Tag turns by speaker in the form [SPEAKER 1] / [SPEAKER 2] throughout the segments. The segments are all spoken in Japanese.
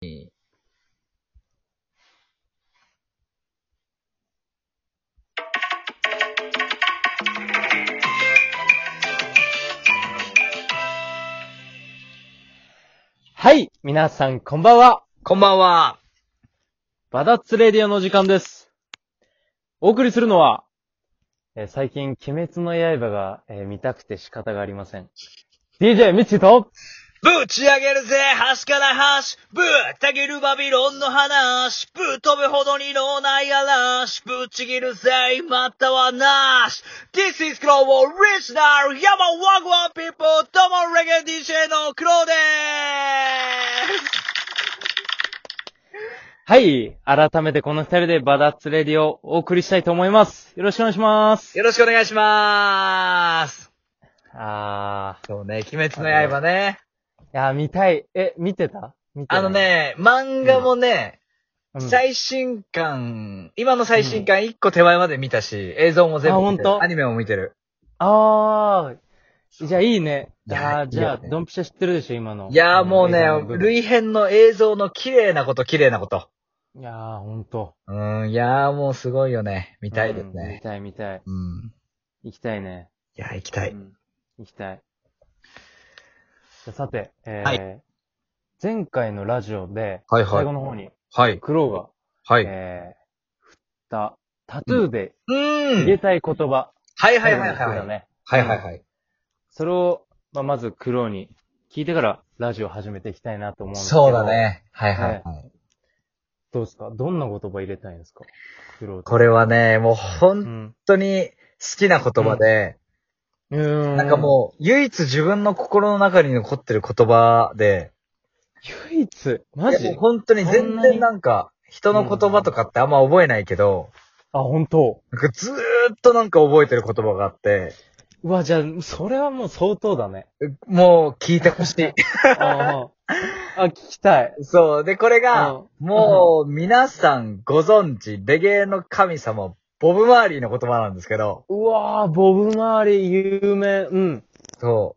[SPEAKER 1] うん。
[SPEAKER 2] はい、皆さんこんばんは。
[SPEAKER 1] こんばんは。
[SPEAKER 2] バダッツレディオの時間です。お送りするのは、えー最近、鬼滅の刃が、えー見たくて仕方がありません。DJ ミッチーと、
[SPEAKER 1] ぶち上げるぜ、端から端。ぶった切るバビロンの話。ぶっ飛ぶほどに脳内嵐。ぶっちぎるぜ、またはなし。This is Crow Original 山ワグワン People どうもレゲエ DJ の Crow でーす。
[SPEAKER 2] はい、改めてこの二人でバダッツレディオをお送りしたいと思います。よろしくお願いします。
[SPEAKER 1] よろしくお願いしまーす。
[SPEAKER 2] あ
[SPEAKER 1] そうね、鬼滅の刃ね。
[SPEAKER 2] ー、いやー、見たい。え、見てた見てない
[SPEAKER 1] あの、ね、漫画もね、
[SPEAKER 2] うん
[SPEAKER 1] 最新刊、今の最新刊1個手前まで見たし、映像も全部見て
[SPEAKER 2] あほん
[SPEAKER 1] る。
[SPEAKER 2] と
[SPEAKER 1] アニメも見てる。
[SPEAKER 2] あー、じゃあいいね。
[SPEAKER 1] いや
[SPEAKER 2] あーじゃ
[SPEAKER 1] い
[SPEAKER 2] あ、
[SPEAKER 1] いよね
[SPEAKER 2] ドンピシャ知ってるでしょ、今の。
[SPEAKER 1] いやーもうね
[SPEAKER 2] あの映像の部、分
[SPEAKER 1] 類編の映像の綺麗なこと綺麗なこと。
[SPEAKER 2] いやー、ほんと。
[SPEAKER 1] うーん、いやーもうすごいよね。見たいです
[SPEAKER 2] うん見
[SPEAKER 1] ね。
[SPEAKER 2] たい、見たい。
[SPEAKER 1] うん。
[SPEAKER 2] 行きたいね。
[SPEAKER 1] いやー行きた
[SPEAKER 2] う
[SPEAKER 1] い。
[SPEAKER 2] ん行きたい。じゃあさて、えー
[SPEAKER 1] は
[SPEAKER 2] 前回のラジオで、
[SPEAKER 1] はい
[SPEAKER 2] 最後の方に、
[SPEAKER 1] はい。
[SPEAKER 2] クロウが、
[SPEAKER 1] はい。
[SPEAKER 2] えー振ったタトゥーで
[SPEAKER 1] うー
[SPEAKER 2] 入
[SPEAKER 1] ん
[SPEAKER 2] れ。たい言葉。
[SPEAKER 1] はいはいは
[SPEAKER 2] 最後の
[SPEAKER 1] いは
[SPEAKER 2] 一
[SPEAKER 1] い。
[SPEAKER 2] 句だね
[SPEAKER 1] はいはいはい。
[SPEAKER 2] それを、まあ、まずクロウに聞いてからラジオ始めていきたいなと思うんですけど。
[SPEAKER 1] そうだ。ね。はいはいはい。
[SPEAKER 2] どうですかどんな言葉入れたいんですかクロウ
[SPEAKER 1] これはね、もう
[SPEAKER 2] う
[SPEAKER 1] 本
[SPEAKER 2] ん。
[SPEAKER 1] 当に好きな言葉で、
[SPEAKER 2] うーん。
[SPEAKER 1] なんかもう唯一自分の心の中に残ってる言葉で、
[SPEAKER 2] う、唯一、マ
[SPEAKER 1] いや
[SPEAKER 2] ジ
[SPEAKER 1] もう本当に全然なんか、人の言葉とかってあんま覚えないけど、
[SPEAKER 2] あ、本当
[SPEAKER 1] なんかずーっとなんか覚えてる言葉があって、
[SPEAKER 2] うわ、じゃあ、それはもう相当だね。
[SPEAKER 1] もう聞いてほしい。
[SPEAKER 2] あーあ、聞きたい。
[SPEAKER 1] そう。で、これが
[SPEAKER 2] うん、
[SPEAKER 1] もう皆さんご存知、レゲエの神様、ボブ・マーリーの言葉なんですけど、
[SPEAKER 2] うわー、ボブマーリー有名。うん。
[SPEAKER 1] そ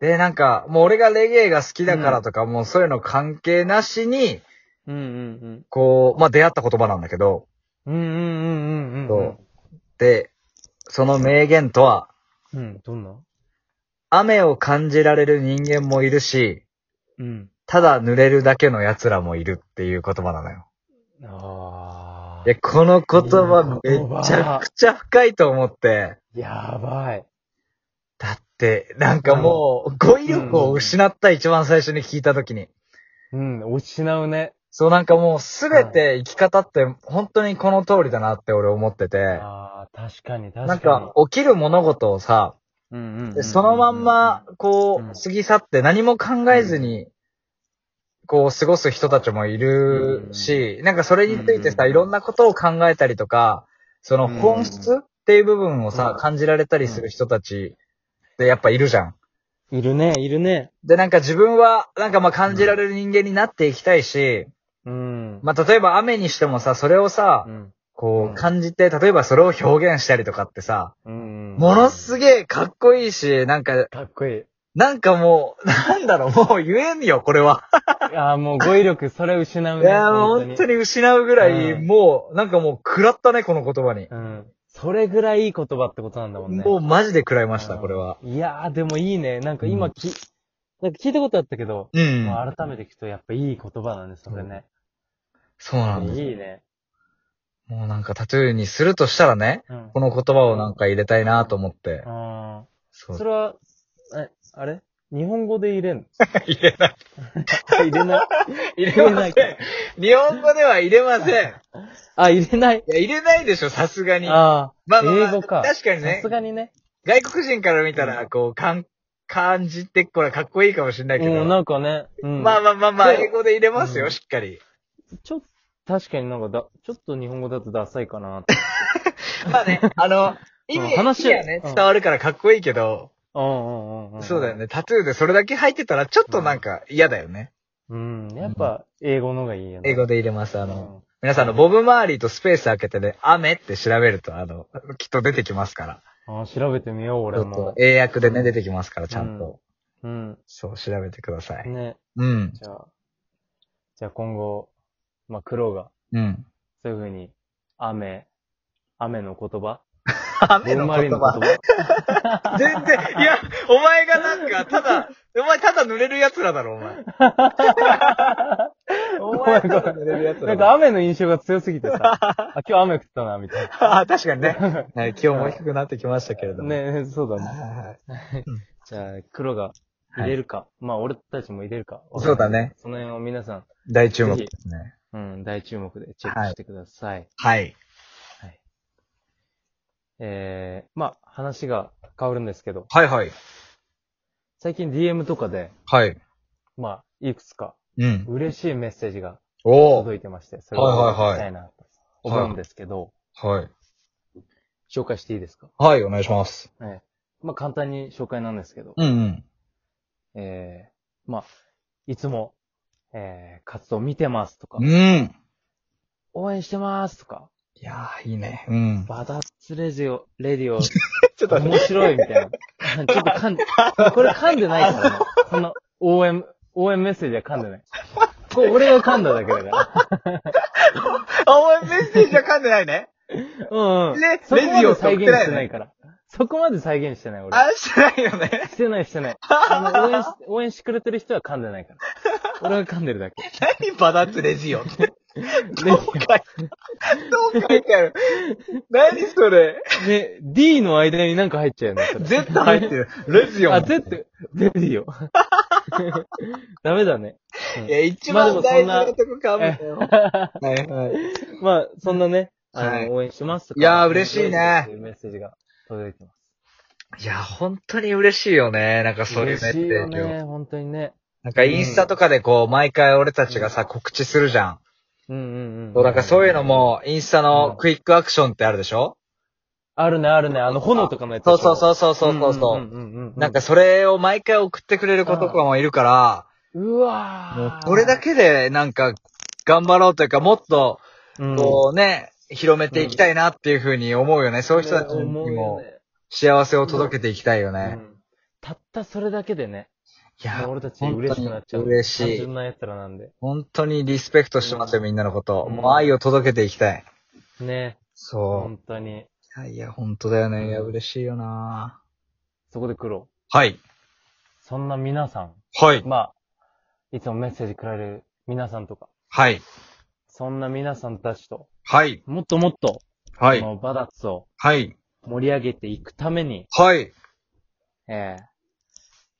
[SPEAKER 1] う。で、なんか、もう俺がレゲエが好きだからとか、もうそういうの関係なしに、
[SPEAKER 2] うんうん
[SPEAKER 1] こう、まあ、出会った言葉なんだけど、
[SPEAKER 2] うん。うんうんうんうんうん。
[SPEAKER 1] そうで、その名言とは、
[SPEAKER 2] う。うん、どんな
[SPEAKER 1] 雨を感じられる人間もいるし、
[SPEAKER 2] うん。
[SPEAKER 1] ただ濡れるだけの奴らもいるっていう言葉なのよ。
[SPEAKER 2] あ
[SPEAKER 1] いや、この言葉
[SPEAKER 2] い
[SPEAKER 1] め
[SPEAKER 2] い言葉
[SPEAKER 1] ちゃくちゃ深いと思って。
[SPEAKER 2] ー。やばい。
[SPEAKER 1] だって、なんかもう、語彙力を失った一番最初に聞いた時に。
[SPEAKER 2] うん、失うね。
[SPEAKER 1] そうなんかもうすべて生き方って本当にこの通りだなって俺思ってて。
[SPEAKER 2] ああ、確かに確かに。
[SPEAKER 1] なんか、起きる物事をさ、
[SPEAKER 2] うんうんうんうん
[SPEAKER 1] でそのまんま、こ
[SPEAKER 2] うん
[SPEAKER 1] う、過ぎ去って何も考えずに、こう、過ごす人たちもいるし、なんかそれについてさ、
[SPEAKER 2] うん
[SPEAKER 1] いろんなことを考えたりとか、その本質っていう部分を
[SPEAKER 2] う
[SPEAKER 1] さ
[SPEAKER 2] ん、
[SPEAKER 1] 感じられたりする人たちってやっぱいるじゃん。
[SPEAKER 2] いるね、いるね。
[SPEAKER 1] で、なんか自分は、なんかまあ感じられる人間になっていきたいし、
[SPEAKER 2] うん。
[SPEAKER 1] まあ例えば雨にしてもさ、それをさ
[SPEAKER 2] う、ん。
[SPEAKER 1] こ
[SPEAKER 2] うん
[SPEAKER 1] う感じて、例えばそれを表現したりとかってさ、
[SPEAKER 2] うん。
[SPEAKER 1] ものすげえかっこいいし、なんか
[SPEAKER 2] かっこいい。
[SPEAKER 1] なんかもう、なんだろう、もう言えんよ、これは。
[SPEAKER 2] ああ、もう語彙力、それ失う
[SPEAKER 1] い
[SPEAKER 2] ね。
[SPEAKER 1] やー、もう本当に失うぐらい、
[SPEAKER 2] うん
[SPEAKER 1] もう、なんかもう、食らったね、この言葉に。
[SPEAKER 2] うん。それぐらいいい言葉ってことなんだもんね。
[SPEAKER 1] もうマジで食らいました、
[SPEAKER 2] うん
[SPEAKER 1] これは。
[SPEAKER 2] いやー、でもいいね。なんか今き、なんか聞いたことあったけど、
[SPEAKER 1] うん。
[SPEAKER 2] まあ、改めて聞くとやっぱいい言葉なんです、それね。
[SPEAKER 1] そうなんです。
[SPEAKER 2] いいね。
[SPEAKER 1] もうなんかタトゥーにするとしたらね、
[SPEAKER 2] うん。
[SPEAKER 1] この言葉をなんか入れたいなと思って。
[SPEAKER 2] あ
[SPEAKER 1] そ
[SPEAKER 2] ー
[SPEAKER 1] う
[SPEAKER 2] そ。れは、え、あれ日本語で入れんの
[SPEAKER 1] 入れない。
[SPEAKER 2] 入れない。
[SPEAKER 1] 入れま
[SPEAKER 2] な
[SPEAKER 1] せ
[SPEAKER 2] い
[SPEAKER 1] ん。日本語では入れません。
[SPEAKER 2] あ、入れない。
[SPEAKER 1] いや、入れないでしょ、さすがに。
[SPEAKER 2] あ
[SPEAKER 1] ま
[SPEAKER 2] あ
[SPEAKER 1] あまあまあ
[SPEAKER 2] 英語か。
[SPEAKER 1] 確かにね
[SPEAKER 2] さすがにね。
[SPEAKER 1] 外国人から見たら、こう、かん、感じて、これかっこいいかもしれないけど。
[SPEAKER 2] もうんなんかね、うん。
[SPEAKER 1] まあ
[SPEAKER 2] あ、
[SPEAKER 1] まあまあまあ、英語で入れます
[SPEAKER 2] う
[SPEAKER 1] よ、
[SPEAKER 2] ん
[SPEAKER 1] しっかり。
[SPEAKER 2] ちょっと、確かになんかだ、ちょっと日本語だとダサいかなって。
[SPEAKER 1] まあね、あ の、意
[SPEAKER 2] うん
[SPEAKER 1] 味、
[SPEAKER 2] 話を
[SPEAKER 1] 意味はね、
[SPEAKER 2] うん
[SPEAKER 1] 伝わるからかっこいいけど、
[SPEAKER 2] うんうんうんうん。
[SPEAKER 1] そうだよ。ね、タトゥーでそれだけ入ってたらちょっとなんか嫌だよね。
[SPEAKER 2] うん。やっぱ、英語の方がいいよね。
[SPEAKER 1] 英語
[SPEAKER 2] で。
[SPEAKER 1] で入れます。あの、皆さんあの、ボブマーリーとスペース開けてね、雨って調べると、あの、きっと出てきますか
[SPEAKER 2] あー調べてみよう、
[SPEAKER 1] ら。
[SPEAKER 2] 俺
[SPEAKER 1] ちょっと
[SPEAKER 2] も、。
[SPEAKER 1] 英訳でね、出てきますから、ちゃん
[SPEAKER 2] うん
[SPEAKER 1] と。
[SPEAKER 2] うん。
[SPEAKER 1] そう、調べてください。
[SPEAKER 2] ね。
[SPEAKER 1] うん。
[SPEAKER 2] じゃあ、じゃあ今後、まあ、黒が、
[SPEAKER 1] うん。
[SPEAKER 2] そういうふうに、雨、雨の言葉
[SPEAKER 1] 雨
[SPEAKER 2] ロ
[SPEAKER 1] の
[SPEAKER 2] ーマ
[SPEAKER 1] 言
[SPEAKER 2] リンの
[SPEAKER 1] 葉。全然、いや、お前がなんか、ただ、お前ただ濡れる奴らだろ、お 前。 お前ただ濡れる奴
[SPEAKER 2] な
[SPEAKER 1] ら
[SPEAKER 2] んか
[SPEAKER 1] だ。
[SPEAKER 2] 雨の印象が強すぎ てさ、あ、今日雨降ったな、みたい
[SPEAKER 1] あ確かに ね。
[SPEAKER 2] な。
[SPEAKER 1] はい、気温も低くなってきましたけれども。。
[SPEAKER 2] ねねそうだ
[SPEAKER 1] はい
[SPEAKER 2] ね。
[SPEAKER 1] はいはい
[SPEAKER 2] じゃあ、黒が入れるか、まあ、俺たちも入れるか。
[SPEAKER 1] そうだね。
[SPEAKER 2] その辺を皆さ
[SPEAKER 1] 大注目ですね。
[SPEAKER 2] ん、うん、大注目でチェックしてください。
[SPEAKER 1] はい。
[SPEAKER 2] えー、まあ、話が変わるんですけど、
[SPEAKER 1] はいはい。
[SPEAKER 2] 最近 DM とかで、
[SPEAKER 1] はい。
[SPEAKER 2] まあ、いくつか
[SPEAKER 1] うん。
[SPEAKER 2] 嬉しいメッセージが
[SPEAKER 1] お
[SPEAKER 2] 届
[SPEAKER 1] ー
[SPEAKER 2] いてまして、それを
[SPEAKER 1] はいはいはい
[SPEAKER 2] 聞きたいなと思うんですけど、
[SPEAKER 1] はい。
[SPEAKER 2] 紹介していいですか
[SPEAKER 1] はい、お願いします。
[SPEAKER 2] ええまあ、簡単に紹介なんですけど、
[SPEAKER 1] うんうん。
[SPEAKER 2] ええまあ、いつも、ええ活動見てますとか
[SPEAKER 1] う、ん。
[SPEAKER 2] 応援してますとか、
[SPEAKER 1] いやー、いいね。うん。
[SPEAKER 2] バダッツレジオ、レディオ、
[SPEAKER 1] ちょっと待っ
[SPEAKER 2] 面白いみたいな。 ちょっと噛んで、これ噛んでないからね。この応援、応援メッセージは噛んでない。これ俺が噛んだだけだから。
[SPEAKER 1] て。あ、お前メッセージは噛んでないね。
[SPEAKER 2] うんうん。
[SPEAKER 1] ね
[SPEAKER 2] そこま
[SPEAKER 1] レディ
[SPEAKER 2] で
[SPEAKER 1] オって送
[SPEAKER 2] 再
[SPEAKER 1] って
[SPEAKER 2] 現
[SPEAKER 1] ない
[SPEAKER 2] し
[SPEAKER 1] よね
[SPEAKER 2] てないから。そこまで再現してない俺。
[SPEAKER 1] あ、してないよね。
[SPEAKER 2] してない してない。あの応援し、応援してくれてる人は噛んでないから。俺が噛んでるだけ。
[SPEAKER 1] 何バダッツレジオって。
[SPEAKER 2] レデ
[SPEAKER 1] どう
[SPEAKER 2] ィ
[SPEAKER 1] 書いて、どう書いてある。何それ。
[SPEAKER 2] ね、D の間になんか入っち ゃうよね。それ
[SPEAKER 1] Z 入ってる。レジオン。
[SPEAKER 2] あ、Z、レデ ィオ。ダメだね。
[SPEAKER 1] いや、一
[SPEAKER 2] まあで
[SPEAKER 1] 番
[SPEAKER 2] もそ
[SPEAKER 1] 大
[SPEAKER 2] ん
[SPEAKER 1] 事
[SPEAKER 2] な
[SPEAKER 1] なとこかぶったよ。 はいはい。
[SPEAKER 2] まあ、そんなね、あの、
[SPEAKER 1] はい
[SPEAKER 2] 応援してますとか。
[SPEAKER 1] いやー嬉しいね
[SPEAKER 2] そういうメッセージが届いてます。
[SPEAKER 1] いや、本当に嬉しいよね。なんかそういうメッセ
[SPEAKER 2] 嬉しいよ
[SPEAKER 1] ージを。
[SPEAKER 2] ね、本当にね。
[SPEAKER 1] なんかインスタとかでこう、毎回俺たちがさ、告知するじゃん。
[SPEAKER 2] うんうんうん。
[SPEAKER 1] そう、なんかそういうの。も、インスタのクイックアクションってあるでしょ
[SPEAKER 2] あるね、あるね。あの、炎とかのやつ。
[SPEAKER 1] そうそう
[SPEAKER 2] う
[SPEAKER 1] そうそうそうそ
[SPEAKER 2] ん
[SPEAKER 1] う。
[SPEAKER 2] うんうんうん。
[SPEAKER 1] なんか、それを毎回送ってくれる子とかもいるから、
[SPEAKER 2] うわ
[SPEAKER 1] もう
[SPEAKER 2] ー
[SPEAKER 1] これだ、けでなんか頑張ろうというか、もっと
[SPEAKER 2] うん
[SPEAKER 1] こうね、広めていきたいなっていうふうに思うよね。そういう人たちに
[SPEAKER 2] 思うよ
[SPEAKER 1] も
[SPEAKER 2] ね
[SPEAKER 1] 幸せを届けていきたいよ
[SPEAKER 2] う
[SPEAKER 1] ね。
[SPEAKER 2] んたったそれだけでね、
[SPEAKER 1] いや
[SPEAKER 2] もう、俺たち嬉しくなっちゃう。
[SPEAKER 1] 本当に嬉しい
[SPEAKER 2] 単純な奴らなんで。
[SPEAKER 1] 本当にリスペクトしてますよ、みんなのこと。
[SPEAKER 2] うん
[SPEAKER 1] もう愛を届けていきたい。
[SPEAKER 2] ね、
[SPEAKER 1] そ
[SPEAKER 2] 本当に。
[SPEAKER 1] う。いやいや、本当だよ
[SPEAKER 2] う
[SPEAKER 1] ね。
[SPEAKER 2] ん
[SPEAKER 1] いや、嬉しいよな
[SPEAKER 2] そこで苦労。
[SPEAKER 1] はい。
[SPEAKER 2] そんな皆さん、
[SPEAKER 1] はい。
[SPEAKER 2] まあ、いつもメッセージくれる皆さんとか、
[SPEAKER 1] はい。
[SPEAKER 2] そんな皆さんたちと、
[SPEAKER 1] はい。
[SPEAKER 2] もっともっと、
[SPEAKER 1] は
[SPEAKER 2] こ
[SPEAKER 1] い。
[SPEAKER 2] のバダッツを
[SPEAKER 1] はい。
[SPEAKER 2] 盛り上げていくために、
[SPEAKER 1] はい。
[SPEAKER 2] え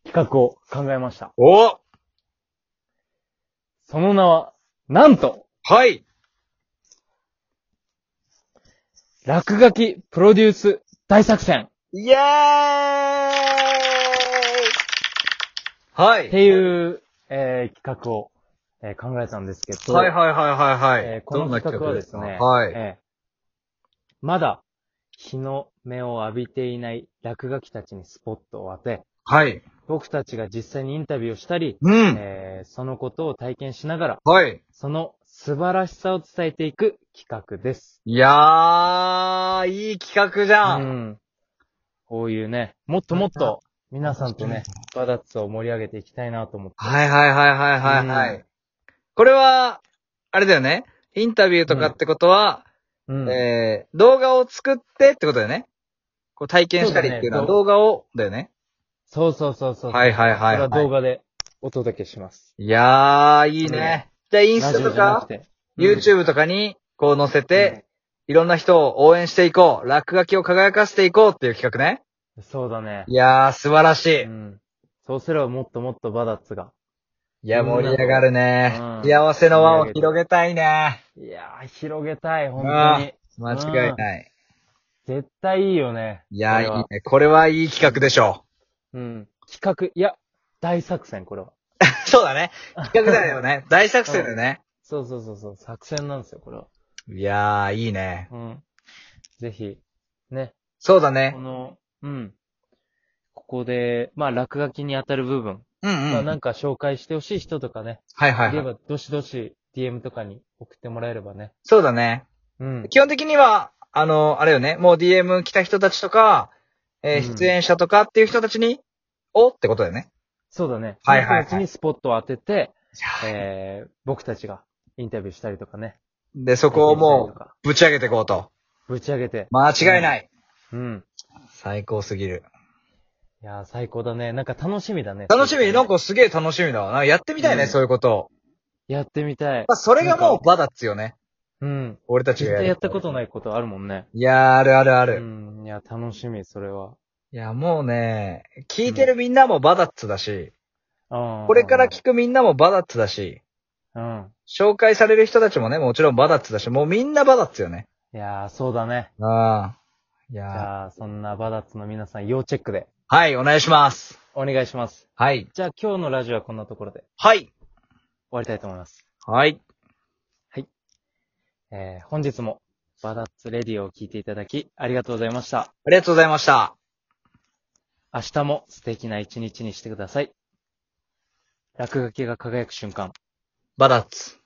[SPEAKER 2] ー、企画を考えました。
[SPEAKER 1] お
[SPEAKER 2] その名は、なんと、
[SPEAKER 1] はい。
[SPEAKER 2] 落書きプロデュース大作戦
[SPEAKER 1] イエーイは
[SPEAKER 2] っ
[SPEAKER 1] い。
[SPEAKER 2] ていう、えー、企画を、えー考えたんですけど、
[SPEAKER 1] はいはいはいはいはい。
[SPEAKER 2] えーこの企画はですね、
[SPEAKER 1] はい。
[SPEAKER 2] えーまだ日の目を浴びていない落書きたちにスポットを当て、
[SPEAKER 1] はい。
[SPEAKER 2] 僕たちが実際にインタビューをしたり、
[SPEAKER 1] うん。
[SPEAKER 2] えーそのことを体験しながら、
[SPEAKER 1] はい。
[SPEAKER 2] その素晴らしさを伝えていく企画です。
[SPEAKER 1] いやー、いい企画じ
[SPEAKER 2] う
[SPEAKER 1] ゃん。
[SPEAKER 2] ん。こういうね、もっともっと皆さんとね、バダッツを盛り上げていきたいなと思って。
[SPEAKER 1] はいはいはいはいはいはい。
[SPEAKER 2] うん
[SPEAKER 1] これは、あれだよね。インタビューとかってことは、
[SPEAKER 2] うん。
[SPEAKER 1] えー、動画を作ってってことだよね。こう体験したりっていうのは
[SPEAKER 2] そ
[SPEAKER 1] 動画を、だよね。
[SPEAKER 2] そうそうそうそう。
[SPEAKER 1] はいはいはいはい
[SPEAKER 2] これは動画でお届けします。
[SPEAKER 1] いやー、いいね。じゃあインスタ
[SPEAKER 2] ラ
[SPEAKER 1] と
[SPEAKER 2] ジオ
[SPEAKER 1] か、
[SPEAKER 2] じゃなくて
[SPEAKER 1] YouTube とかに、こう載せて、いろんな人を応援していこう。落書きを輝かせていこうっていう企画ね。
[SPEAKER 2] うんそうだね
[SPEAKER 1] い。やー、素晴らしい。
[SPEAKER 2] う
[SPEAKER 1] い
[SPEAKER 2] ん。そうすればもっともっとバダッツが。
[SPEAKER 1] や、盛り上がるね
[SPEAKER 2] うん。
[SPEAKER 1] 幸せの輪を広げたいね。
[SPEAKER 2] いやー、広げたい、本
[SPEAKER 1] あ
[SPEAKER 2] 当に
[SPEAKER 1] ー。間違いない。
[SPEAKER 2] 絶対いいよね。
[SPEAKER 1] いや
[SPEAKER 2] こ
[SPEAKER 1] ー、い
[SPEAKER 2] れはい
[SPEAKER 1] ね。これはいい企画でしょ
[SPEAKER 2] うん。企画、いや、大作戦、これは。
[SPEAKER 1] う。 そうだね。企画だよね。大作戦だよね。
[SPEAKER 2] そうそうそうそう、作戦なんですよ、これは。
[SPEAKER 1] いやー、いいね。
[SPEAKER 2] うん。ぜひ、ね、
[SPEAKER 1] そうだ
[SPEAKER 2] こ
[SPEAKER 1] ね。
[SPEAKER 2] の、うん。ここで、まあ、落書きに当たる部分。
[SPEAKER 1] うんうん。
[SPEAKER 2] ま
[SPEAKER 1] は
[SPEAKER 2] あ、
[SPEAKER 1] い
[SPEAKER 2] なんか紹介してほしい人とかね。
[SPEAKER 1] はい
[SPEAKER 2] いれ
[SPEAKER 1] はい。
[SPEAKER 2] ば、どしどし DM とかに送ってもらえればね。
[SPEAKER 1] そうだね。
[SPEAKER 2] うん。
[SPEAKER 1] 基本的には、あの、あれよね。もう DM 来た人たちとか、え
[SPEAKER 2] う
[SPEAKER 1] ー
[SPEAKER 2] ん
[SPEAKER 1] 出演者とかっていう人たちに、おってことだよね。
[SPEAKER 2] そうだね。
[SPEAKER 1] はいはいは
[SPEAKER 2] その
[SPEAKER 1] い
[SPEAKER 2] 人たちにスポットを当てて、えー僕たちがインタビューしたりとかね。
[SPEAKER 1] で、そこをもう、ぶち上げていこうと。
[SPEAKER 2] ぶち上げて。
[SPEAKER 1] 間違いない。
[SPEAKER 2] うん。
[SPEAKER 1] 最高すぎる。
[SPEAKER 2] いやー、最高だね。なんか楽しみだね。
[SPEAKER 1] 楽しみ、なん
[SPEAKER 2] 個
[SPEAKER 1] かすげえ楽しみだわな。やってみたいね、
[SPEAKER 2] うん
[SPEAKER 1] そういうことを。
[SPEAKER 2] やってみたい
[SPEAKER 1] ま。あ、それがもうバダッツよね。
[SPEAKER 2] うん。
[SPEAKER 1] 俺たち
[SPEAKER 2] 絶
[SPEAKER 1] がや
[SPEAKER 2] 対
[SPEAKER 1] る。。
[SPEAKER 2] やったことないいことあるもんね。
[SPEAKER 1] いやー、あるあるある。
[SPEAKER 2] うん。いや、楽しみ、それは。
[SPEAKER 1] いや、もうね、聞いてるみんなもバダッツだし、
[SPEAKER 2] うん。
[SPEAKER 1] これから聞くみんなもバダッツだし、
[SPEAKER 2] うん。
[SPEAKER 1] 紹介される人たちもね、もちろんバダッツだし、もうみんなバダッツよね。
[SPEAKER 2] いやー、そうだね。
[SPEAKER 1] ああ。い
[SPEAKER 2] じ
[SPEAKER 1] やー
[SPEAKER 2] ゃあ、そんなバダッツの皆さん、要チェックで
[SPEAKER 1] はい、お願いします。
[SPEAKER 2] お願いします。
[SPEAKER 1] はい。
[SPEAKER 2] じゃあ、今日のラジオはこんなところで終
[SPEAKER 1] はい。
[SPEAKER 2] わりたいと思います。
[SPEAKER 1] はい。
[SPEAKER 2] えー、本日もバダッツレディオを聞いていただき、ありがとうございました。
[SPEAKER 1] ありがとうございました。
[SPEAKER 2] 明日も素敵な一日にしてください。落書きが輝く瞬間。
[SPEAKER 1] バダッツ。